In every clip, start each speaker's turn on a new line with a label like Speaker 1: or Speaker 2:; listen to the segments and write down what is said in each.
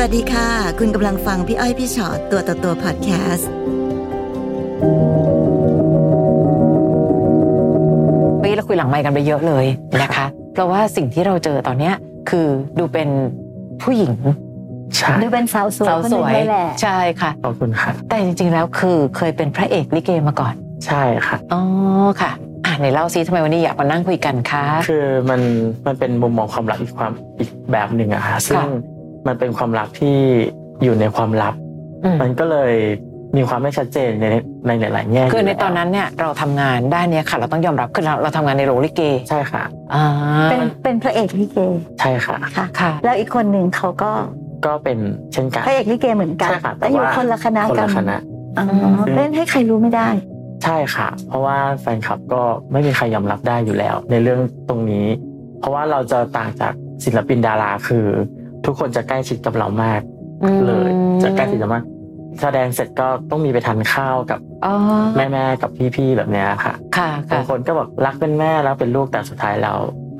Speaker 1: วัสดีค่ะ คุณกำลังฟังพี่อ้อยพี่ชอตตัวต่อตัวพอดแคสต์
Speaker 2: เมื่อกี้เราคุยหลังไมค์กันไปเยอะเลยนะคะ เพราะว่าสิ่งที่เราเจอตอนเนี้ยคือดูเป็นผู้หญิง
Speaker 3: ใช่
Speaker 4: ดูเป็นสาวสวย
Speaker 2: สาว
Speaker 4: ค
Speaker 2: ส
Speaker 4: นหนึ่ง
Speaker 2: วย
Speaker 4: เลยแหละ
Speaker 2: ใช่ค่ะ
Speaker 3: ขอบคุณค่ะ
Speaker 2: แต่จริงๆแล้วคือเคยเป็นพระเอกลิเกมาก่อน
Speaker 3: ใช่ค่ะ
Speaker 2: อ๋อค่ะอ่ะไหนเล่าซิทำไมวันนี้อยากมานั่งคุยกันคะ
Speaker 3: คือมันมันเป็นมุมมองความรักอีกความอีกแบบหนึ่งอะค่ะซึ่ง
Speaker 2: ค่ะ
Speaker 3: มันเป็นความรักที่อยู่ในความลับ
Speaker 2: อืม
Speaker 3: มันก็เลยมีความไม่ชัดเจนในในหลายๆแง่
Speaker 2: คือใน
Speaker 3: ยู่แล้ว
Speaker 2: ตอนนั้นเนี่ยเราทำงานด้านเนี้ยค่ะ เราต้องยอมรับคือเราเราทำงานในโรงลิเก
Speaker 3: ใช่ค่ะ
Speaker 2: อ่า
Speaker 4: เป็นเป็นพระเอกลิเก
Speaker 3: ใช่ค่ะ
Speaker 4: ค่ะ
Speaker 2: ค่ะ
Speaker 4: แล้วอีกคนหนึ่งเขาก็
Speaker 3: ก็เป็นเช่นกัน
Speaker 4: พระเอกลิเกเหมือนกัน
Speaker 3: ใช่ค่ะแต่
Speaker 4: แต่อยู่
Speaker 3: ว่า
Speaker 4: คนละคณะ
Speaker 3: คน
Speaker 4: กั
Speaker 3: ละ
Speaker 4: น
Speaker 3: คณะ
Speaker 4: อ๋อเล่นให้ใครรู้ไม่ได้
Speaker 3: ใช่ค่ะ เพราะว่าแฟนคลับก็ไม่มีใครยอมรับได้อยู่แล้ว ในเรื่องตรงนี้ เพราะว่าเราจะต่างจากศิลปินดาราคือ ทุกคนจะใกล้ชิดกับเรามาก เลยจะใกล้ชิดกันมากแสดงเสร็จก็ต้องมีไปทานข้าวกับ
Speaker 2: อ๋อ
Speaker 3: แม่แม่ๆกับพี่ๆแบบเนี้ยค่ะ
Speaker 2: ค่ะ
Speaker 3: บา
Speaker 2: ค่ะ
Speaker 3: งคนก็บอกรักเป็นแม่รักเป็นลูกแต่สุดท้ายเรา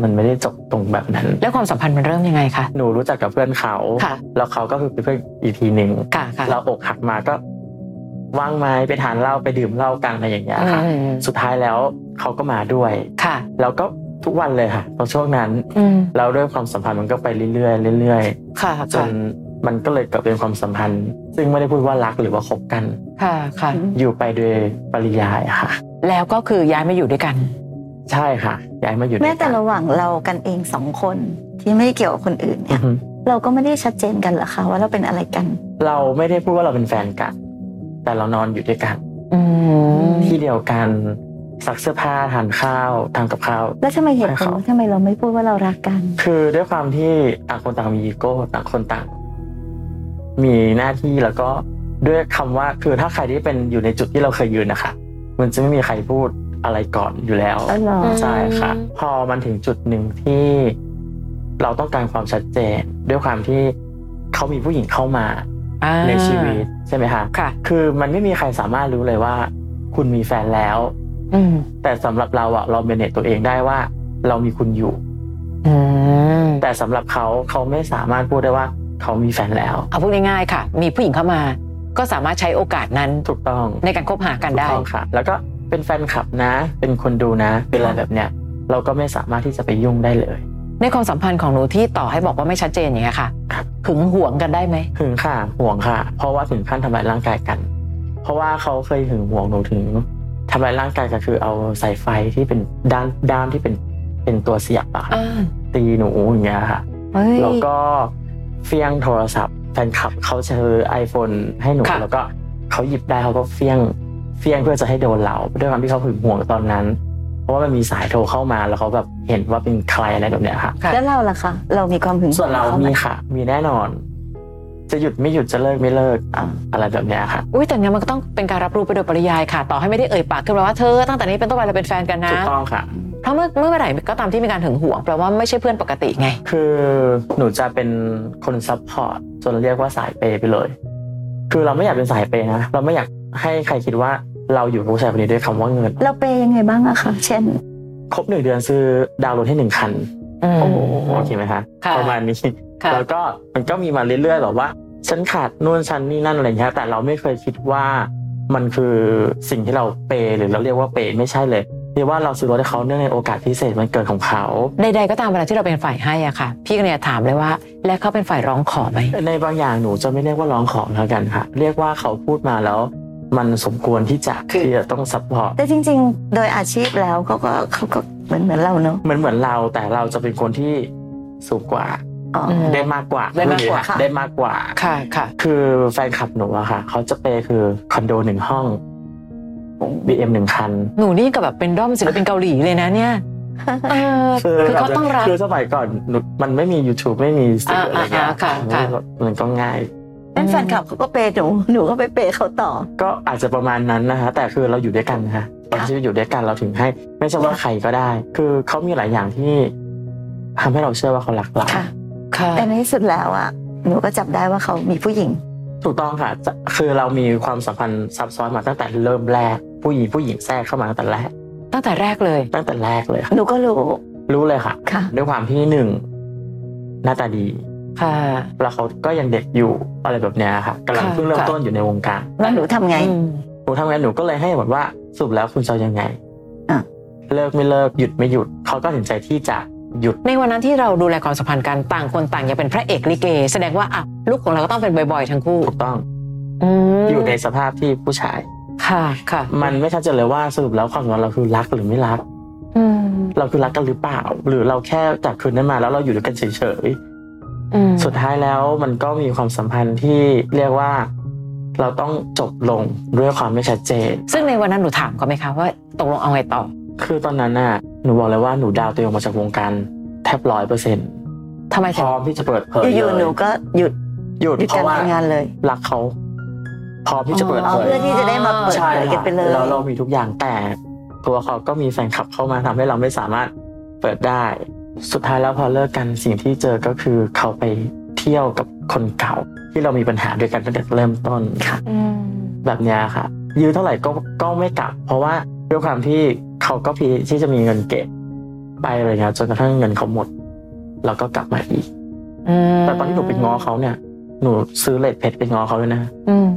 Speaker 3: มันไม่ได้จบตรงแบบนั้น
Speaker 2: แล้วความสัมพันธ์มันเริ่มยังไงคะ
Speaker 3: หนูรู้จักกับเพื่อนเขา
Speaker 2: ค่ะ
Speaker 3: แล้วเขาก็คือเป็นเพื่อนอีกทีหนึ่ง
Speaker 2: ค่ะค่ะ
Speaker 3: เราอกหักมาก็ว่างไหมไปทานเหล้าไปดื่มเหล้ากันอะไรอย่างเงี้ย
Speaker 2: อืม
Speaker 3: ค่ะ
Speaker 2: อืมอืม
Speaker 3: สุดท้ายแล้วเขาก็มาด้วย
Speaker 2: ค่ะ
Speaker 3: แล้วก็ทุกวันเลยค่ะตอนช่วงนั้น
Speaker 2: อืม
Speaker 3: เราด้วยความสัมพันธ์มันก็ไปเรื่อยๆเรื่อย
Speaker 2: ค่ะ
Speaker 3: ๆจ
Speaker 2: ค่ะ
Speaker 3: นมันก็เลยเกิดเป็นความสัมพันธ์ ซึ่งไม่ได้พูดว่ารักหรือว่าคบกัน
Speaker 2: ค่ะค่ะ
Speaker 3: อยู่ไปโดยปริยายอะค่ะ
Speaker 2: แล้วก็คือย้ายมาอยู่ด้วยกัน
Speaker 3: ใช่ค่ะย้ายมาอยู่ด้วย
Speaker 4: แม้
Speaker 3: กัน
Speaker 4: แต่ระหว่างเรากันเองสองคนที่ไม่ได้เกี่ยวกับคนอื่นเนี่ย เราก็ไม่ได้ชัดเจนกันเหรอคะว่าเราเป็นอะไรกัน
Speaker 3: เราไม่ได้พูดว่าเราเป็นแฟนกัน แต่เรานอนอยู่ด้วยกัน
Speaker 2: อืม
Speaker 3: ที่เดียวกันซักเสื้อผ้าทานข้าวทำกับข้าว
Speaker 4: แล้วทำไมเหตุ
Speaker 3: ใช่
Speaker 4: ผล
Speaker 3: ครับ
Speaker 4: ว่าทำไมเราไม่พูดว่าเรารักกัน
Speaker 3: คือด้วยความที่ต่างคนต่างมีอีโก้ต่างคนต่าง มีหน้าที่แล้วก็ด้วยคำว่าคือถ้าใครที่เป็นอยู่ในจุดที่เราเคยยืนนะคะมันจะไม่มีใครพูดอะไรก่อนอยู่แล้ว
Speaker 4: อ๋อเหรอ
Speaker 3: ใช่ค่ะ พอมันถึงจุดหนึ่งที่เราต้องการความชัดเจน ด้วยความที่เขามีผู้หญิงเข้ามา
Speaker 2: อ่า
Speaker 3: ในชีวิตใช่ไหมคะ
Speaker 2: ค่ะ
Speaker 3: คือมันไม่มีใครสามารถรู้เลยว่า คุณมีแฟนแล้ว
Speaker 2: อืม
Speaker 3: แต่สำหรับเราอะเราเมเนจตัวเองได้ว่า เรามีคุณอยู่
Speaker 2: อืม
Speaker 3: แต่สำหรับเขาเขาไม่สามารถพูดได้ว่า เขามีแฟนแล้ว
Speaker 2: เอาพูดง่ายๆค่ะ มีผู้หญิงเข้ามา ก็สามารถใช้โอกาสนั้น
Speaker 3: ถูกต้อง
Speaker 2: ในการคบหากัน
Speaker 3: ถูก
Speaker 2: ได้
Speaker 3: ต้องค่ะ แล้วก็เป็นแฟนคลับนะ เป็นคนดูนะ เป็นอะไรแบบเนี้ยเราก็ไม่สามารถที่จะไปยุ่งได้เลย
Speaker 2: ในความสัมพันธ์ของหนูที่ต่อให้บอกว่าไม่ชัดเจนอย่างเงี้ยค่ะ
Speaker 3: ครับ
Speaker 2: หึงหวงกันได้ไหม
Speaker 3: หึงค่ะห่วงค่ะ เพราะว่าถึงขั้นทำร้ายร่างกายกัน เพราะว่าเขาเคยหึงห่วงหนูถึงทำร้ายร่างกายก็คือเอาสายไฟที่เป็นด้านด้ามที่เป็นเป็นตัวเสียบอะค่ะ
Speaker 2: อ่า
Speaker 3: ตีหนูอย่างเงี้ยค่ะ
Speaker 2: เฮ้ย
Speaker 3: แล้วก็เฟี้ยงโทรศัพท์แฟนคลับเขาซื้อ iPhone ให้หนู
Speaker 2: ค่ะ
Speaker 3: แล้วก็เขาหยิบได้เขาก็เฟี้ยงเฟี้ยงเพื่อจะให้โดนเราด้วยความที่เขาหึงหวงตอนนั้น เพราะว่ามันมีสายโทรเข้ามาแล้วเขาแบบเห็นว่าเป็นใครอะไรแบบเนี้ยค่ะ
Speaker 2: ค่ะ
Speaker 4: แล้วเราล่ะคะ เรามีความหึงหวง
Speaker 3: ส่วนเรา
Speaker 4: ขไห
Speaker 3: มีค่ะ มีแน่นอน จะหยุดไม่หยุดจะเลิกไม่เลิก
Speaker 4: อ่ะ
Speaker 3: อะไรแบบเนี้ยค่ะ
Speaker 2: อุ้ยแต่เนี้ยมันก็ต้องเป็นการรับรู้ไปโดยปริยายค่ะ ต่อให้ไม่ได้เอ่ยปากขึ้นมาว่าเธอตั้งแต่นี้เป็นต้นไปเราเป็นแฟนกัน
Speaker 3: ถู
Speaker 2: นะ
Speaker 3: กต้องค่ะ
Speaker 2: เพราะเมื่อเมื่อไหร่ก็ตามที่มีการหึงหวงแปลว่าไม่ใช่เพื่อนปกติไง
Speaker 3: คือหนูจะเป็นคนซัพพอร์ตจนเรียกว่าสายเปย์ไปเลย คือเราไม่อยากเป็นสายเปย์นะเราไม่อยากให้ใครคิดว่าเราอยู่กับผู้ชายคนนี้ด้วยคำว่าเงิน
Speaker 4: เราเปย์ยังไงบ้างอะคะเช่น
Speaker 3: ครบหนึ่งเดือนซื้อดาวน์โหลดให้หนึ่งคัน
Speaker 2: อืม
Speaker 4: โอ้โห
Speaker 3: โอเคไหมคะ
Speaker 2: ค่ะ
Speaker 3: ประมาณนี้
Speaker 2: ค่ะ
Speaker 3: แล้วก็มันก็มีมาเรื่อยๆแบบว่าฉันขาดนู่นฉันนี่นั่นอะไรอย่างเงี้ยแต่เราไม่เคยคิดว่ามันคือสิ่งที่เราเปย์หรือเราเรียกว่าเปย์ไม่ใช่เลยเรียกว่าเราซื้อรถให้เขาเนื่องในโอกาสพิเศษมันเกิดของเขา
Speaker 2: ใดๆก็ตามเวลาที่เราเป็นฝ่ายให้อ่ะค่ะ พี่ก็เนี่ยถามเลยว่า และเขาเป็นฝ่ายร้องขอไหม
Speaker 3: ในบางอย่างหนูจะไม่เรียกว่าร้องขอแล้วกันค่ะ เรียกว่าเขาพูดมาแล้ว มันสมควรที่จะ
Speaker 2: คือ
Speaker 3: ที่จะต้องซัพพอร์ต
Speaker 4: แต่จริง ๆ โดยอาชีพแล้วเขาก็เขาก็เหมือนเหมือนเราเนอะ
Speaker 3: เหมือนเหมือนเราแต่เราจะเป็นคนที่สูงกว่า
Speaker 4: อ๋ออ
Speaker 2: ม
Speaker 3: ได้มากกว่า
Speaker 2: ได้มากกว่า
Speaker 3: ได้มากกว่า
Speaker 2: ค่ะค่ะ
Speaker 3: คือแฟนคลับหนูอะค่ะ เขาจะเปย์คือคอนโดหนึ่งห้อง BM หนึ่งคัน
Speaker 2: หนูนี่ก็แบบเป็นด้อมศิลปินเกาหลีเลยนะเนี่ยเออคือเขาต้องรัก
Speaker 3: คือสมัยก่อนหนูมันไม่มี YouTube ไม่มีสื่ออะไรเงี้ย
Speaker 2: อ่าอ่าค่ะค่ะ
Speaker 3: มันก็ง่าย
Speaker 4: เป็นแฟนคลับเขาก็เปย์หนู หนูก็ไปเปย์เขาต่อ
Speaker 3: ก็อาจจะประมาณนั้นนะคะ แต่คือเราอยู่ด้วยกันนะคะตอนที่อยู่ด้วยกันเราถึงให้ ไม่ใช่ว่าใครก็ได้ คือเขามีหลายอย่างที่ทำให้เราเชื่อว่าเขารักเรา
Speaker 4: ค่ะ
Speaker 2: ค่ะ
Speaker 4: แต่ในที่สุดแล้วอ่ะ หนูก็จับได้ว่าเขามีผู้หญิง
Speaker 3: ถูกต้องค่ะจะคือเรามีความสัมพันธ์ซับซ้อนมาตั้งแต่เริ่มแรก ผู้หญิงผู้หญิงแทรกเข้ามาตั้งแต่แรก
Speaker 2: ตั้งแต่แรกเลย
Speaker 3: ตั้งแต่แรกเลยค่ะ
Speaker 4: หนูก็รู้
Speaker 3: รู้เลยค่ะ
Speaker 4: ค่ะ
Speaker 3: ด้วยความที่หนึ่งหน้าตาดี
Speaker 2: ค่ะ
Speaker 3: แล้วเขาก็ยังเด็กอยู่อะไรแบบเนี้ยค่ะกำลัง
Speaker 2: ค่ะ
Speaker 3: เพิ่งเริ่ม
Speaker 2: ค่ะ
Speaker 3: ต้นอยู่ในวงการ
Speaker 4: แล้วหนูทำไง
Speaker 2: อืม
Speaker 3: หนูทำงานหนูก็เลยให้เหตุผลว่าสรุปแล้วคุณจะเอายังไง
Speaker 4: อ่ะ
Speaker 3: เลิกไม่เลิกหยุดไม่หยุดเขาก็ตัดสินใจที่จะหยุด
Speaker 2: ในวันนั้นที่เราดูแลความสัมพันธ์กันต่างคนต่างอยากเป็นพระเอกลิเก แสดงว่าอ่ะลูกของเราก็ต้องเป็นบ่อยๆทั้งคู่
Speaker 3: ถูกต้อง
Speaker 2: ม
Speaker 3: อยู่ในสภาพที่ผู้ชาย
Speaker 2: ค่ะค่ะ
Speaker 3: มันไม่ชัดเจนเลยว่าสรุปแล้วความสัมพันธ์เราคือรักหรือไม่รัก
Speaker 2: อืม
Speaker 3: เราคือรักกันหรือเปล่า หรือเราแค่จากคืนนั้นมาแล้วเราอยู่ด้วยกันเฉย
Speaker 2: อืม
Speaker 3: ๆสุดท้ายแล้วมันก็มีความสัมพันธ์ที่เรียกว่า เราต้องจบลงด้วยความไม่ชัดเจน
Speaker 2: ซึ่งในวันนั้นหนูถามเขาไหมคะว่าตกลงเอาไงต่อ
Speaker 3: คือตอนนั้นน่ะหนูบอกเลยว่าหนูดาวตัวเองออกมาจากวงการแทบร้อยเปอร์เซ็นต์
Speaker 2: ทำไม
Speaker 3: พ
Speaker 2: ถึง
Speaker 3: ร้อมที่จะเปิดเผย
Speaker 4: อยู่
Speaker 3: เล
Speaker 4: ๆหนูก็หยุด
Speaker 3: หยุด
Speaker 4: หยุด
Speaker 3: เพ
Speaker 4: การ
Speaker 3: ราะว่า
Speaker 4: ทำงานเลย
Speaker 3: รักเขาพร้อมที่จะเปิด
Speaker 4: อ๋อ
Speaker 3: เผย
Speaker 4: เพื่อที่จะได้มาเปิด
Speaker 3: ใช่
Speaker 4: เผยกัน
Speaker 3: ค่ะ
Speaker 4: ไปเลย
Speaker 3: แล้วเรามีทุกอย่างแต่ ตัวเขาก็มีแฟนคลับเข้ามาทำให้เราไม่สามารถเปิดได้ สุดท้ายแล้วพอเลิกกันสิ่งที่เจอก็คือเขาไปเที่ยวกับคนเก่า ที่เรามีปัญหาด้วยกันตั้งแต่เริ่มต้นค่ะ
Speaker 2: อืม
Speaker 3: แบบเนี้ยค่ะ ยื้อเท่าไหร่ก็ก็ไม่กลับ เพราะว่าด้วยความที่เขาก็พีที่จะมีเงินเก็บไปอะไรเงี้ยจนกระทั่งเงินเขาหมด แล้วก็กลับมาอีก
Speaker 2: อืม
Speaker 3: แต่ตอนที่หนูไปง้อเขาเนี่ย หนูซื้อเลดเพชรไปง้อเขาด้วยนะ
Speaker 2: อืม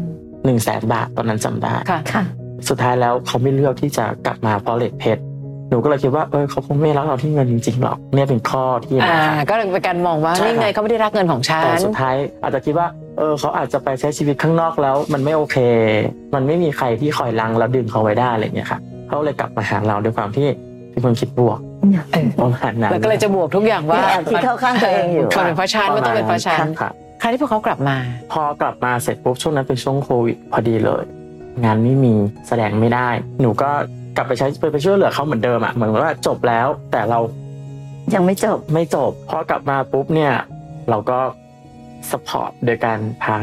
Speaker 3: หนึ่งแสนบาทตอนนั้นจำได้
Speaker 2: ค่ะ
Speaker 4: ค่ะ
Speaker 3: สุดท้ายแล้วเขาไม่เลือกที่จะกลับมาเพราะเลดเพชรหนูก็เลยคิดว่าเออเขาคงไม่รักเราที่เงินจริงๆหรอกเนี่ยเป็นข้อที่
Speaker 2: อ่า
Speaker 3: นะคะ
Speaker 2: ก็เลยเป็นการมองว่า
Speaker 3: ใช่ครับ
Speaker 2: นี่ไงเขาไม่ได้รักเงินของฉัน
Speaker 3: แต่สุดท้ายอาจจะคิดว่า เออเขาอาจจะไปใช้ชีวิตข้างนอกแล้ว มันไม่โอเค มันไม่มีใครที่คอยลังแล้วดึงเขาไว้ได้อะไรอย่างเงี้ยค่ะเขาเลยกลับมาหาเราด้วยความที่เป็นคนคิดบวก
Speaker 2: เออ
Speaker 3: ประมาณนั้น
Speaker 2: แล้วก็เลยจะบวกทุกอย่างว่า
Speaker 4: แอบคิดเข้าข้างตัวเองอยู่
Speaker 2: มันเป็นเพราะฉันมันต้องเป็นเพราะฉัน
Speaker 3: ค่ะ
Speaker 2: ครั้งที่พวกเขากลับมา
Speaker 3: พอกลับมาเสร็จปุ๊บช่วงนั้นเป็นช่วงโควิดพอดีเลย งานไม่มีแสดงไม่ได้ หนูก็กลับไปใช้ไปไปช่วยเหลือเขาเหมือนเดิมอ่ะเหมือนว่าจบแล้วแต่เรา
Speaker 4: ยังไม่จบ
Speaker 3: ไม่จบพอกลับมาปุ๊บเนี่ย เราก็สปอร์ตโดยการพา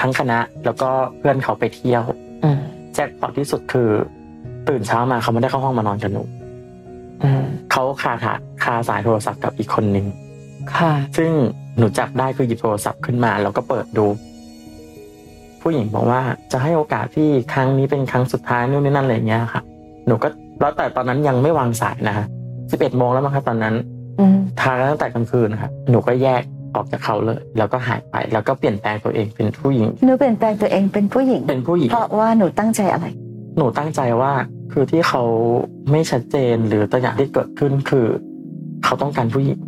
Speaker 3: ทั้งคณะ แล้วก็เพื่อนเขาไปเที่ยว
Speaker 2: อืม
Speaker 3: แจ็คพอตที่สุดคือ ตื่นเช้ามาเขาไม่ได้เข้าห้องมานอนกับหนู
Speaker 2: อืม
Speaker 3: เขาคาถาคาสายโทรศัพท์กับอีกคนนึง
Speaker 2: ค่ะ
Speaker 3: ซึ่งหนูจับได้คือหยิบโทรศัพท์ขึ้นมาแล้วก็เปิดดู ผู้หญิงบอกว่าจะให้โอกาสพี่ครั้งนี้เป็นครั้งสุดท้ายนู่นนี่นั่นอะไรอย่างเงี้ยค่ะ หนูก็แล้วแต่ตอนนั้นยังไม่วางสายนะคะสิบเอ็ดโมงแล้วมั้งคะตอนนั้น
Speaker 2: อืม
Speaker 3: ทางตั้งแต่กลางคืนนะครับหนูก็แยกออกจากเขาเลย แล้วก็หายไป แล้วก็เปลี่ยนแปลงตัวเองเป็นผู้หญิง
Speaker 4: หนูเปลี่ยนแปลงตัวเองเป็นผู้หญิง
Speaker 3: เป็นผู้หญิง
Speaker 4: เพราะว่าหนูตั้งใจอะไร
Speaker 3: หนูตั้งใจว่า คือที่เขาไม่ชัดเจนหรือตัวอย่างที่เกิดขึ้นคือ เขาต้องการผู้หญิง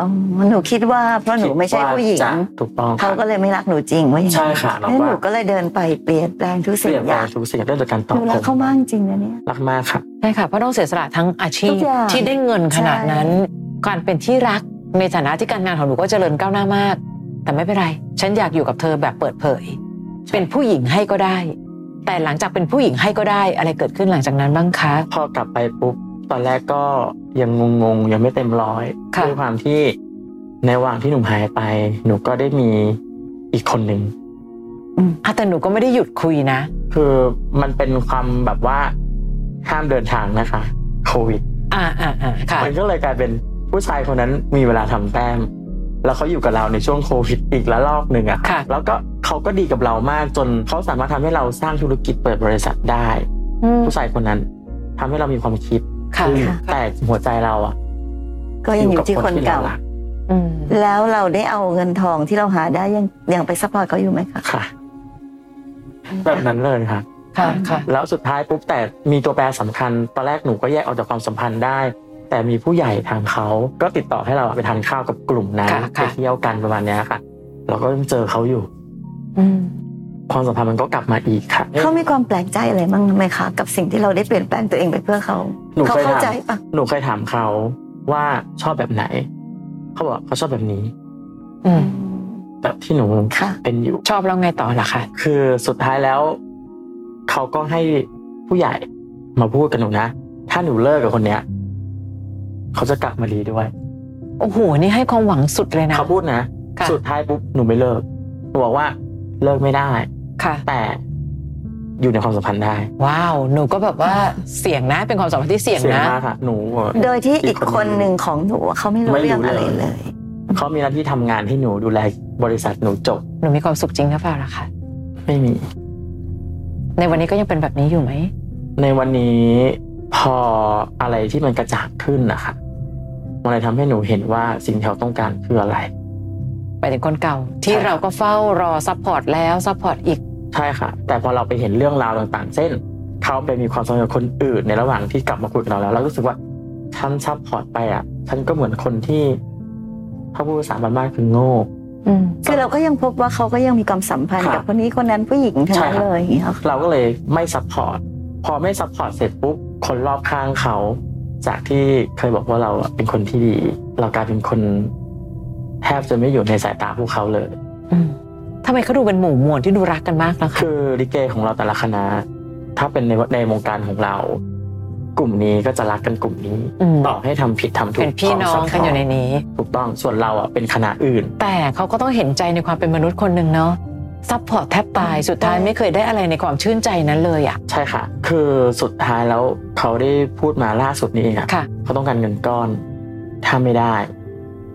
Speaker 4: อ๋อ หนูคิดว่าเพราะหนูไม่ใช่ผู้หญิง
Speaker 3: คิดว่าจะถูกต้อง
Speaker 4: เขา
Speaker 3: ค่ะ
Speaker 4: ก็เลยไม่รักหนูจริงว่าอย่าง
Speaker 3: ใช่
Speaker 4: นั้น
Speaker 3: ค่ะเรา
Speaker 4: แล้ว
Speaker 3: ว่า
Speaker 4: หนูก็เลยเดินไปเปลี่ยนแปลงทุก
Speaker 3: เป
Speaker 4: สิ่ง
Speaker 3: ลี่ยน
Speaker 4: อ
Speaker 3: แปล
Speaker 4: ย่าง ง
Speaker 3: ทุกสิ่งด้วยการต
Speaker 4: ห
Speaker 3: อบ
Speaker 4: นูรัก
Speaker 3: ผ
Speaker 4: เขา
Speaker 3: ม
Speaker 4: มากจริงนะเนี่ย
Speaker 3: รักมากค่ะ
Speaker 2: ใช่ค่ะเพราะต้องเสียสละทั้งอาชี
Speaker 4: ทุ
Speaker 2: พ
Speaker 4: กอย่าง
Speaker 2: ที่ได้เงินขนาดนั้น การเป็นที่รักในฐานะที่การงานของหนูก็เจริญก้าวหน้ามาก แต่ไม่เป็นไร ฉันอยากอยู่กับเธอแบบเปิดเผย เป็นผู้หญิงให้ก็ได้ แต่หลังจากเป็นผู้หญิงให้ก็ได้อะไรเกิดขึ้นหลังจากนั้นบ้างคะ
Speaker 3: พอกลับไปปุ๊บตอนแรกก็ยังงงๆยังไม่เต็มร้อย
Speaker 2: ค่ะ
Speaker 3: ด้วยความที่ในระหว่างที่หนูหายไป หนูก็ได้มีอีกคนหนึ่ง
Speaker 2: อ่ะแต่หนูก็ไม่ได้หยุดคุยนะ
Speaker 3: คือมันเป็นความแบบว่าห้ามเดินทางนะคะโควิด
Speaker 2: อ่าอ่าอ่าค่ะ
Speaker 3: มันก็เลยกลายเป็นผู้ชายคนนั้นมีเวลาทำแต้ม แล้วเขาอยู่กับเราในช่วงโควิดอีกละลอกหนึ่งอะ
Speaker 2: ค่ะ
Speaker 3: แล้วก็เขาก็ดีกับเรามากจนเขาสามารถทำให้เราสร้างธุรกิจเปิดบริษัทได้
Speaker 2: อืม
Speaker 3: ผู้ชายคนนั้นทำให้เรามีความคิด
Speaker 2: ค่ะ
Speaker 3: ขึ้น
Speaker 4: ค่ะ
Speaker 3: แต่หัวใจเราอะ
Speaker 4: ก็ยังอยู่ที่คน
Speaker 3: อ
Speaker 4: เก่า
Speaker 3: ยู่บที่ร
Speaker 2: อืม
Speaker 4: แล้วเราได้เอาเงินทองที่เราหาได้ยังยังไปซัพพอร์ตเขาอยู่ไหมคะ
Speaker 3: กค่ะ แบบนั้นเลยค่ะ
Speaker 2: ค่ะค่ะ
Speaker 3: แล้วสุดท้ายปุ๊บแต่มีตัวแปรสำคัญ ตอนแรกหนูก็แยกออกจากความสัมพันธ์ได้ แต่มีผู้ใหญ่ทางเขาก็ติดต่อให้เราไปทานข้าวกับกลุ่มนั้น
Speaker 2: ค่ะ
Speaker 3: ไป
Speaker 2: ค่ะ
Speaker 3: เที่ยวกันประมาณเนี้ยค่ะ เราก็ยังเจอเขาอยู่
Speaker 2: อืม
Speaker 3: ความสัมพันธ์มันก็กลับมาอีกค่ะ
Speaker 4: เขามีความแปลกใจอะไรบ้างไหมคะ กับสิ่งที่เราได้เปลี่ยนแปลงตัวเองไปเพื่อเขา
Speaker 3: หนู
Speaker 4: เขา
Speaker 3: เคย
Speaker 4: เข้า
Speaker 3: ถาม
Speaker 4: ใจปะ
Speaker 3: หนูเคยถามเขาว่าชอบแบบไหน เขาบอกเขาชอบแบบนี้
Speaker 2: อืม
Speaker 3: แบบที่หนู
Speaker 4: ค่ะ
Speaker 3: เป็นอยู่
Speaker 2: ชอบแล้วไงต่อล่ะคะ
Speaker 3: คือสุดท้ายแล้วเขาก็ให้ผู้ใหญ่มาพูดกับหนูนะถ้าหนูเลิกกับคนเนี้ยเขาจะกลับมาดีด้วย
Speaker 2: โอ้โหนี่ให้ความหวังสุดเลยนะ
Speaker 3: เขาพูดนะ
Speaker 2: ค่ะ
Speaker 3: สุดท้ายปุ๊บหนูไม่เลิก หนูบอกว่าเลิกไม่ได้
Speaker 2: ค่ะ
Speaker 3: แต่อยู่ในความสัมพันธ์ได้
Speaker 2: ว้าว หนูก็แบบว่าเสี่ยงนะ เป็นความสัมพันธ์ที่เสี่ยงนะ
Speaker 3: มากค่ะ หนูบอก
Speaker 4: โดยที่อีก
Speaker 3: อีก
Speaker 4: ค
Speaker 3: คน น
Speaker 4: ห
Speaker 3: หนึ่
Speaker 4: นึ่ง
Speaker 3: ง
Speaker 4: ของหนูอะเขาไม่รู้
Speaker 3: ไม่รู้
Speaker 4: เรื่องอะไร
Speaker 3: เลย
Speaker 4: เลย
Speaker 3: เขามีหน้าที่ทำงานให้หนูดูแลบริษัทหนูจบ
Speaker 2: หนูมีความสุขจริงหรือเปล่าล่ะคะ
Speaker 3: ไม่มี
Speaker 2: ในวันนี้ก็ยังเป็นแบบนี้อยู่ไหม
Speaker 3: ในวันนี้พออะไรที่มันกระจ่างขึ้นนะคะมันเลยทำให้หนูเห็นว่าสิ่งที่เขาต้องการคืออะไร
Speaker 2: ายถึงคนเก่า ที่
Speaker 3: ใช่
Speaker 2: เราก็เฝ้ารอซัพพอร์ตแล้วซัพพอร์ตอีก
Speaker 3: ใช่ค่ะ แต่พอเราไปเห็นเรื่องราวต่างๆ เช่น เขาไปมีความสัมพันธ์กับคนอื่นในระหว่างที่กลับมาคุยกับเราแล้วเรารู้สึกว่าฉันซัพพอร์ตไปอ่ะ ฉันก็เหมือนคนที่ถ้าพูดภาษาบ้านๆคือโง่
Speaker 4: คือเราก็ยังพบว่าเขาก็ยังมีความสัมพันธ์
Speaker 3: ค่ะ
Speaker 4: กับคนนี้คนนั้นผู้หญิงทั้งนั้
Speaker 3: ใช่ค
Speaker 4: น
Speaker 3: รับ
Speaker 4: เลยอย่างเงี้ยค่ะ
Speaker 3: เราก็เลยไม่ซัพพอร์ต พอไม่ซัพพอร์ตเสร็จปุ๊บ คนรอบข้างเขา จากที่เคยบอกว่าเราอะเป็นคนที่ดี เรากลายเป็นคนแทบจะไม่อยู่ในสายตาพวกเขาเลย
Speaker 2: อืมทำไมเขาดูเป็นหมู่มวลที่ดูรักกันมากนะคะ
Speaker 3: คือลิเกของเราแต่ละคณะ ถ้าเป็นในในวงการของเรา กลุ่มนี้ก็จะรักกันกลุ่มนี้
Speaker 2: อืม
Speaker 3: ต่อให้ทำผิดทำถูก
Speaker 2: เป็นพี่น้องกันอยู่ในนี้
Speaker 3: ถูกต้องส่วนเราอ่ะเป็นคณะอื่น
Speaker 2: แต่เขาก็ต้องเห็นใจในความเป็นมนุษย์คนหนึ่งเนาะซัพพอร์ตแทบตายสุดท้ายไม่เคยได้อะไรในความชื่นใจนั้นเลยอ่ะ
Speaker 3: ใช่ค่ะ คือสุดท้ายแล้วเขาได้พูดมาล่าสุดนี้เองอะ
Speaker 2: ค่ะ
Speaker 3: เขาต้องการเงินก้อน ถ้าไม่ได้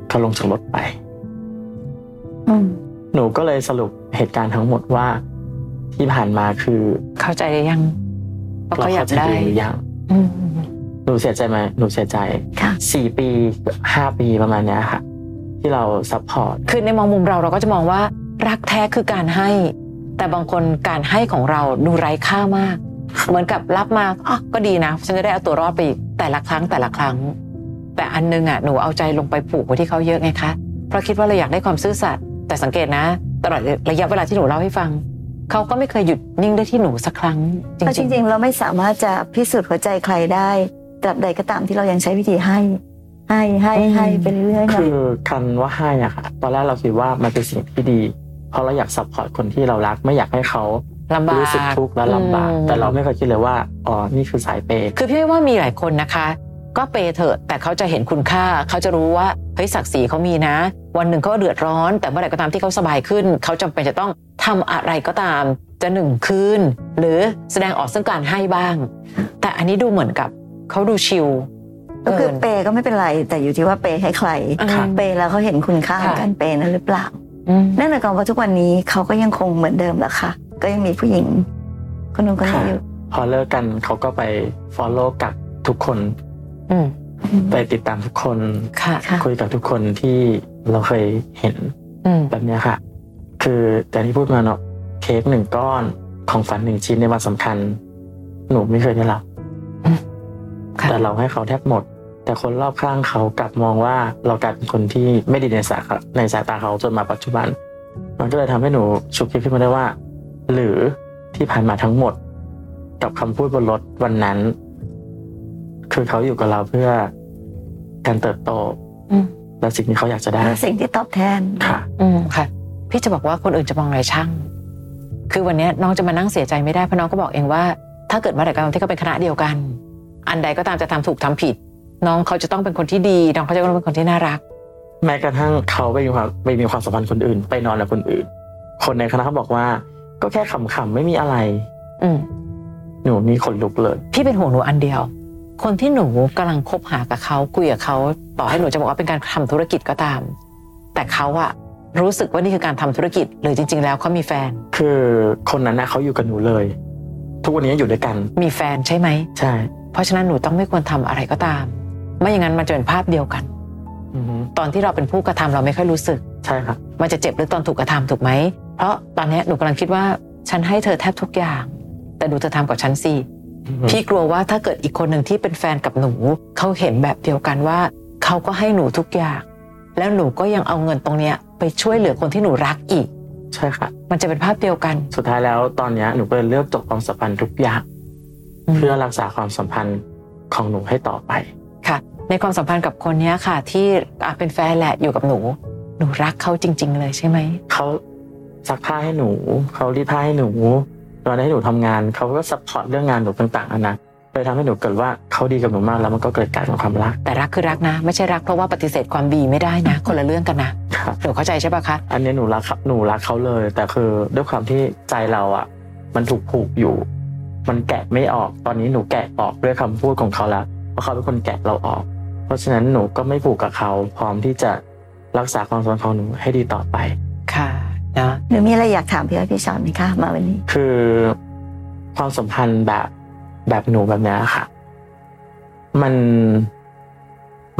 Speaker 3: เขาลงจากรถไป
Speaker 4: อืม
Speaker 3: หนูก็เลยสรุปเหตุการณ์ทั้งหมดว่า ที่ผ่านมาคือ
Speaker 2: เข้าใจหรือยังว่า
Speaker 3: เรา
Speaker 2: เขาอยา
Speaker 3: เข้ากใจ
Speaker 2: ได้
Speaker 3: ตัวเองหรือยัง
Speaker 2: อืม
Speaker 3: หนูเสียใจไหมหนูเสียใจ
Speaker 4: ค่ะ
Speaker 3: สี่ปีห้าปีประมาณเนี้ยค่ะ ที่เราซัพพอร์ต
Speaker 2: คือในมองมุมเราเราก็จะมองว่า รักแท้คือการให้ แต่บางคนการให้ของเราดูไร้ค่ามาก เหมือนกับรับมาอ๋อก็ดีนะ ฉันจะได้เอาตัวรอดไปอีกแต่ละครั้งแต่ละครั้ง แต่อันนึงอ่ะหนูเอาใจลงไปผูกไว้ที่เขาเยอะไงคะเพราะคิดว่าเราอยากได้ความซื่อสัตย์แต่สังเกตนะ ตลอดระยะเวลาที่หนูเล่าให้ฟัง เขาก็ไม่เคยหยุดนิ่งได้ที่หนูสักครั้ง จ
Speaker 4: เพราะจ
Speaker 2: ริง
Speaker 4: ริง ๆ เราไม่สามารถจะพิสูจน์หัวใจใครได้ตราบใดก็ตามที่เรายังใช้วิธีให้ ให้ให้ให้
Speaker 2: อืม
Speaker 4: ไปเรื่อยๆนะ
Speaker 3: คือการว่าให้อะค่ะตอนแรกเราคิดว่ามันเป็นสิ่งที่ดี เพราะเราอยากซัพพอร์ตคนที่เรารักไม่อยากให้เขา
Speaker 2: ๆลำบาก
Speaker 3: รู้สึกทุกข์และลำบาก
Speaker 2: อืม
Speaker 3: แต่เราไม่เคยคิดเลยว่าอ๋อนี่คือสายเปย์
Speaker 2: คือพี่ว่ามีหลายคนนะคะ ก็เปย์เถอะแต่เขาจะเห็นคุณค่า เขาจะรู้ว่าเฮ้ยศักดิ์ศรีเขามีนะ วันหนึ่งเขาเดือดร้อน แต่เมื่อไหร่ก็ตามที่เขาสบายขึ้น เขาจำเป็นจะต้องทำอะไรก็ตาม จะหนึ่งคืน หรือแสดงออกซึ่งการให้บ้าง แต่อันนี้ดูเหมือนกับเขาดูชิล
Speaker 4: ก็คือเป
Speaker 2: เกิน
Speaker 4: ย์ก็ไม่เป็นไร แต่อยู่ที่ว่าเปย์ให้ใคร
Speaker 2: อืม
Speaker 4: เปย์แล้วเขาเห็นคุณค่าข
Speaker 2: ค่ะ
Speaker 4: องการเปย์นั้นหรือเปล่า
Speaker 2: อืม
Speaker 4: นั่นหมายความว่าทุกวันนี้เขาก็ยังคงเหมือนเดิมแหละค่ะ ก็ยังมีผู้หญิง คนนึงคนนี้
Speaker 3: ค่ะ
Speaker 4: อยู่
Speaker 3: พอเลิกกันเขาก็ไป follow กับทุกคน
Speaker 2: อืม
Speaker 4: อืม
Speaker 3: ไปติดตามทุกคน
Speaker 2: ค่ะ
Speaker 4: ค่ะ
Speaker 3: คุยกับทุกคนที่เราเคยเห็น
Speaker 2: อืม
Speaker 3: แบบเนี้ยค่ะ คือแต่ที่พูดมาเนาะเค้กหนึ่งก้อนของฝันหนึ่งชิ้นในวันสำคัญ หนูไม่เคยได้รับ
Speaker 2: ค่ะ
Speaker 3: แต่เราให้เขาแทบหมด แต่คนรอบข้างเขากลับมองว่าเรากลายเป็นคนที่ไม่ดีในสายเขาในสายตาเขาจนมาปัจจุบัน มันก็เลยทำให้หนูฉุกคิดขึ้นมาได้ว่า หรือที่ผ่านมาทั้งหมด กับคำพูดบนรถวันนั้น คือเขาอยู่กับเราเพื่อการเติบโต
Speaker 2: อืม
Speaker 3: และสิ่งที่เขาอยากจะได้
Speaker 4: แล้วสิ่งที่ตอบแทน
Speaker 3: ค่ะ
Speaker 2: อืมค่ะ พี่จะบอกว่าคนอื่นจะมองอะไรช่าง คือวันเนี้ยน้องจะมานั่งเสียใจไม่ได้เพราะน้องก็บอกเองว่า ถ้าเกิดเมาแต่การที่เขาเป็นคณะเดียวกัน อันใดก็ตามจะทำถูกทำผิด น้องเขาจะต้องเป็นคนที่ดีน้องเขาจะต้องเป็นคนที่น่ารัก
Speaker 3: แม้กระทั่งเขาไปมีความไปมีความสัมพันธ์คนอื่น ไปนอนกับคนอื่น คนในคณะเขาบอกว่า ก็แค่ขำๆไม่มีอะไร
Speaker 2: อืม
Speaker 3: หนูนี่ขนลุกเลย
Speaker 2: พี่เป็นห่วงหนูอันเดียว คนที่หนูกำลังคบหากับเขาคุยกับเขาต่อให้หนูจะบอกว่าเป็นการทำธุรกิจก็ตาม แต่เขาอะรู้สึกว่านี่คือการทำธุรกิจหรือจริง ๆ แล้วเขามีแฟน
Speaker 3: คือคนนั้นนะเขาอยู่กับหนูเลย ทุกวันนี้ยังอยู่ด้วยกัน
Speaker 2: มีแฟนใช่ไหม
Speaker 3: ใช่
Speaker 2: เพราะฉะนั้นหนูต้องไม่ควรทำอะไรก็ตาม ไม่อย่างนั้นมันจะเป็นภาพเดียวกัน
Speaker 3: อือฮึ
Speaker 2: ตอนที่เราเป็นผู้กระทำเราไม่ค่อยรู้สึก
Speaker 3: ใช่ครับ
Speaker 2: มันจะเจ็บหรือตอนถูกกระทำถูกไหม เพราะตอนเนี้ยหนูกำลังคิดว่าฉันให้เธอแทบทุกอย่าง แต่ดูเธอทำกับฉันสิ พี่กลัวว่าถ้าเกิดอีกคนหนึ่งที่เป็นแฟนกับหนู เขาเห็นแบบเดียวกันว่า เขาก็ให้หนูทุกอย่าง แล้วหนูก็ยังเอาเงินตรงเนี้ยไปช่วยเหลือคนที่หนูรักอีก
Speaker 3: ใช่ค่ะ
Speaker 2: มันจะเป็นภาพเดียวกัน
Speaker 3: สุดท้ายแล้วตอนเนี้ยหนูก็เลยเลือกจบความสัมพันธ์ทุกอย่าง
Speaker 2: อืม
Speaker 3: เพื่อรักษาความสัมพันธ์ของหนูให้ต่อไป
Speaker 2: ค่ะ ในความสัมพันธ์กับคนเนี้ยค่ะ ที่อ่ะเป็นแฟนแหละอยู่กับหนู หนูรักเขาจริง ๆ เลยใช่ไหม
Speaker 3: เขาซักผ้าให้หนู เขารีดผ้าให้หนูตอนให้หนูทำงานเขาก็ซัพพอร์ตเรื่องงานหนูต่างๆอะนะเลยทำให้หนูเกิดว่าเขาดีกับหนูมากแล้วมันก็เกิดกลารเป็นความรัก
Speaker 2: แต่รักคือรักนะ ไม่ใช่รักเพราะว่าปฏิเสธความดีไม่ได้นะ คนละเรื่องกันนะครับ หนูเข้าใจใช่ปะคะ
Speaker 3: อันนี้หนูรักครับหนูรักเขาเลย แต่คือด้วยความที่ใจเราอ่ะ มันถูกผูกอยู่ มันแกะไม่ออกตอนนี้หนูแกะออกด้วยคำพูดของเขาแล้วเพราะเขาเป็นคนแกะเราออก เพราะฉะนั้นหนูก็ไม่ผูกกับเขา พร้อมที่จะรักษาความสัมพันธ์ของหนูให้ดีต่อไป
Speaker 2: ค่ะนะ
Speaker 4: หรือมีอะไรอยากถามพี่อ้อยพี่ชอนไหมคะมาวันนี้
Speaker 3: คือความสัมพันธ์แบบแบบหนูแบบเนี้ยค่ะ มัน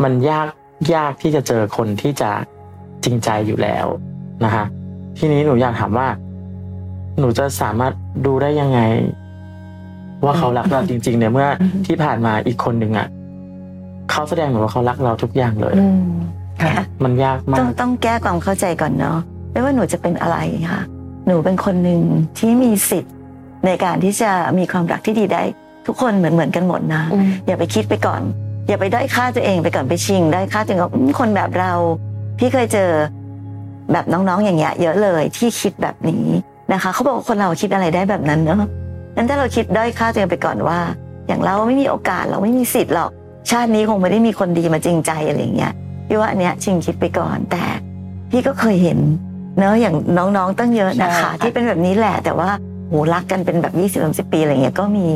Speaker 3: มันยากยากที่จะเจอคนที่จะจริงใจอยู่แล้ว นะฮะทีนี้หนูอยากถามว่า หนูจะสามารถดูได้ยังไง ว่าเขารักเราจริง ๆ เนี่ยเมื่อที่ผ่านมาอีกคนหนึ่งอ่ะเขาแสดงเหมือนว่าเขารักเราทุกอย่างเลย
Speaker 4: อืม
Speaker 2: ค่ะ
Speaker 4: ค่ะ
Speaker 3: มันยากมา
Speaker 4: ต้อง
Speaker 3: ก
Speaker 4: ต้องแก้ความเข้าใจก่อนเนาะไม่ว่าหนูจะเป็นอะไรค่ะ หนูเป็นคนหนึ่งที่มีสิทธิ์ในการที่จะมีความรักที่ดีได้ ทุกคนเหมือนเหมือนกันหมดนะ อย่าไปคิดไปก่อน อย่าไปด้อยค่าตัวเองไปก่อนไปชิงด้อยค่าตัวเองว่าอืมคนแบบเรา พี่เคยเจอแบบน้องๆอย่างเงี้ยเยอะเลยที่คิดแบบนี้นะคะเขาบอกว่าคนเราคิดอะไรได้แบบนั้นเนาะงั้นถ้าเราคิดด้อยค่าตัวเองไปก่อนว่า อย่างเราไม่มีโอกาสเราไม่มีสิทธิ์หรอกชาตินี้คงไม่ได้มีคนดีมาจริงใจอะไรอย่างเงี้ยพี่ว่าอันเนี้ยชิงคิดไปก่อนแต่พี่ก็เคยเห็นเนอะอย่างน้องๆตั้งเยอะนะ
Speaker 2: ใช่
Speaker 4: คะ
Speaker 2: ค่ะ
Speaker 4: ที่เป็นแบบนี้แหละ แต่ว่าโหรักกันเป็นแบบ 20-30ปีอะไรเงี้ยก็มี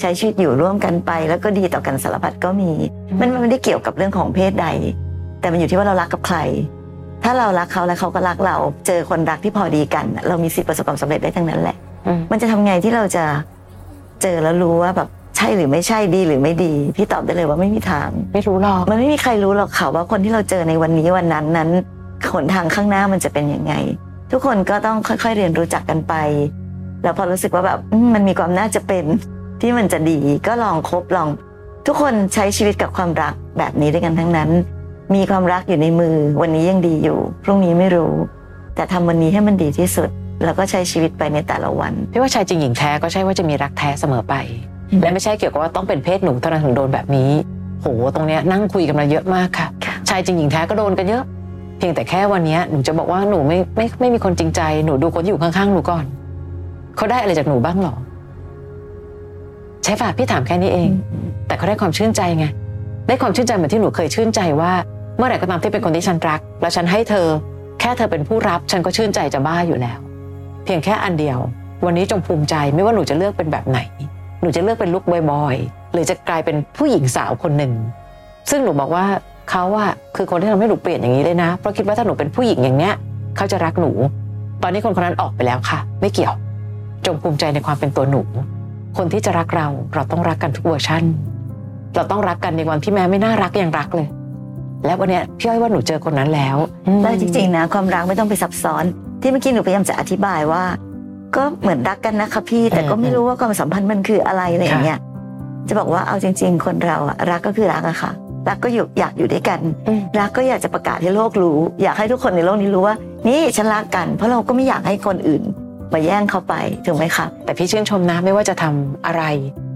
Speaker 4: ใช้ชีวิตอยู่ร่วมกันไป แล้วก็ดีต่อกันสารพัดก็มี มันมันไม่ได้เกี่ยวกับเรื่องของเพศใด แต่มันอยู่ที่ว่าเรารักกับใคร ถ้าเรารักเขาแล้วเขาก็รักเรา เจอคนรักที่พอดีกันน่ะเรามีสิทธิ์ประสบความสำเร็จได้ทั้งนั้นแหละ
Speaker 2: อืม
Speaker 4: มันจะทำไงที่เราจะเจอแล้วรู้ว่าแบบใช่หรือไม่ใช่ดีหรือไม่ดี พี่ตอบได้เลยว่าไม่มีทาง
Speaker 2: ไม่รู้หรอก
Speaker 4: มันไม่มีใครรู้หรอกค่ะว่าคนที่เราเจอในวันนี้วันนั้นนั้นหนทางข้างหน้ามันจะเป็นยังไง ทุกคนก็ต้องค่อยๆเรียนรู้จักกันไป แล้วพอรู้สึกว่าแบบอืมมันมีความน่าจะเป็นที่มันจะดีก็ลองคบลอง ทุกคนใช้ชีวิตกับความรักแบบนี้ด้วยกันทั้งนั้น มีความรักอยู่ในมือวันนี้ยังดีอยู่ พรุ่งนี้ไม่รู้ แต่ทำวันนี้ให้มันดีที่สุด แล้วก็ใช้ชีวิตไปในแต่ละวัน
Speaker 2: พี่ว่าชายจริงหญิงแท้ก็ใช่ว่าจะมีรักแท้เสมอไป
Speaker 4: อืม
Speaker 2: และไม่ใช่เกี่ยวกับว่าต้องเป็นเพศหนุ่มเท่านั้นถึงโดนแบบนี้ โหตรงเนี้ยนั่งคุยกันมาเยอะมากค่ะ
Speaker 4: ค่ะ
Speaker 2: ชายจริงหญิงแท้ก็โดนกันเยอะ เพียงแต่แค่วันเนี้ยหนูจะบอกว่าหนูไม่ไม่ไม่มีคนจริงใจหนูดูคนที่อยู่ข้างๆหนูก่อนเขาได้อะไรจากหนูบ้างหรอ ใช่ป่ะพี่ถามแค่นี้เอง แต่เขาได้ความชื่นใจไงได้ความชื่นใจเหมือนที่หนูเคยชื่นใจว่า เมื่อไหร่ก็ตามที่เป็นคนที่ฉันรัก แล้วฉันให้เธอ แค่เธอเป็นผู้รับ ฉันก็ชื่นใจจะบ้าอยู่แล้ว เพียงแค่อันเดียว วันนี้จงภูมิใจไม่ว่าหนูจะเลือกเป็นแบบไหน หนูจะเลือกเป็นลูกบอยๆหรือจะกลายเป็นผู้หญิงสาวคนหนึ่ง ซึ่งหนูบอกว่าเขาอะคือคนที่ทำให้หนูเปลี่ยนอย่างนี้เลยนะ เพราะคิดว่าถ้าหนูเป็นผู้หญิงอย่างเนี้ยเขาจะรักหนู ตอนนี้คนคนนั้นออกไปแล้วค่ะ ไม่เกี่ยว จงภูมิใจในความเป็นตัวหนู คนที่จะรักเราเราต้องรักกันทุกเวอร์ชันเราต้องรักกันในวันที่แม้ไม่น่ารักยังรักเลย และวันเนี้ยพี่อ้อยว่าหนูเจอคนนั้นแล้ว
Speaker 4: แล้วจริงๆนะความรักไม่ต้องไปซับซ้อน ที่เมื่อกี้หนูพยายามจะอธิบายว่า ก็เหมือนรักกันนะคะพี่แต่ก็ไม่รู้ว่าความสัมพันธ์มันคืออะไรอะไรอย่างเงี้ยจะบอกว่าเอาจริง ๆ คนเราอะรักก็คือรักอะค่ะ รักก็อยู่อยากอยู่ด้วยกัน
Speaker 2: อืม
Speaker 4: รักก็อยากจะประกาศให้โลกรู้ อยากให้ทุกคนในโลกนี้รู้ว่า นี่ฉันรักกัน เพราะเราก็ไม่อยากให้คนอื่น มาแย่งเขาไปถูกไหมคะ
Speaker 2: แต่พี่ชื่นชมนะไม่ว่าจะทำอะไร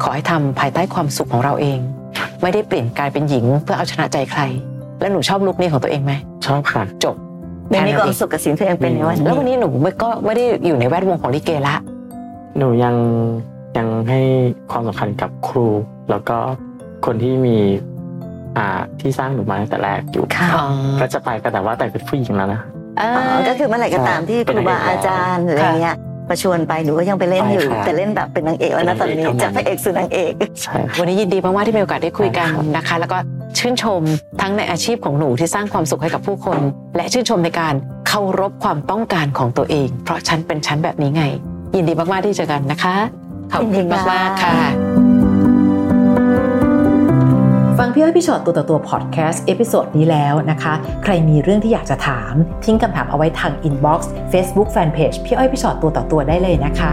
Speaker 2: ขอให้ทำภายใต้ความสุขของเราเอง ไม่ได้เปลี่ยนกลายเป็นหญิงเพื่อเอาชนะใจใคร แล้วหนูชอบลุคนี้ของตัวเองไหม
Speaker 3: ชอบค่ะ
Speaker 2: จบ
Speaker 4: ไม่มีความ
Speaker 2: แค่นั้น
Speaker 4: สุขกับสิ่งที่ตัวเองเป็นในวัน
Speaker 2: เอง
Speaker 4: นี้
Speaker 2: แล้ววันนี้หนูไม่ก็ไม่ได้อยู่ในแวดวงของลิเกละ
Speaker 3: หนูยังยังให้ความสำคัญกับครู แล้วก็คนที่มี อ่าที่สร้างหนูมาตั้งแต่แรกอยู่
Speaker 4: ค่ะ
Speaker 3: ก็จะไปกันแต่ว่าแต่งเป็นผู้หญิงแล้วนะ
Speaker 4: อ๋อก็คือเมื่อไหร่ก็ตามที่ครูบาอาจารย์หรืออะไรเงี้ยมาชวนไปหนูก็ยังไปเล่นอยู่
Speaker 3: ใช่ค่ะ
Speaker 4: แต่เล่นแบบเป็นนางเอกแล้วนะตอนนี้
Speaker 3: เป็นนางเอก
Speaker 4: จากพระเอกสู่นางเอก
Speaker 3: ใช่ค่ะ
Speaker 2: วันนี้ยินดีมากๆที่มีโอกาสได้คุยกัน
Speaker 3: ครับ
Speaker 2: นะคะ แล้วก็ชื่นชมทั้งในอาชีพของหนูที่สร้างความสุขให้กับผู้คน และชื่นชมในการเคารพความต้องการของตัวเอง เพราะฉันเป็นฉันแบบนี้ไง ยินดีมากๆที่เจอกันนะคะขอบคุณมากๆค่ะ
Speaker 5: ฟังพี่อ้อยพี่ชอตตัวต่อตัวพอดแคสต์เอพิโซดนี้แล้วนะคะ ใครมีเรื่องที่อยากจะถาม ทิ้งคำถามเอาไว้ทางอินบ็อกซ์เฟซบุ๊กแฟนเพจพี่อ้อยพี่ชอตตัวต่อตัวได้เลยนะคะ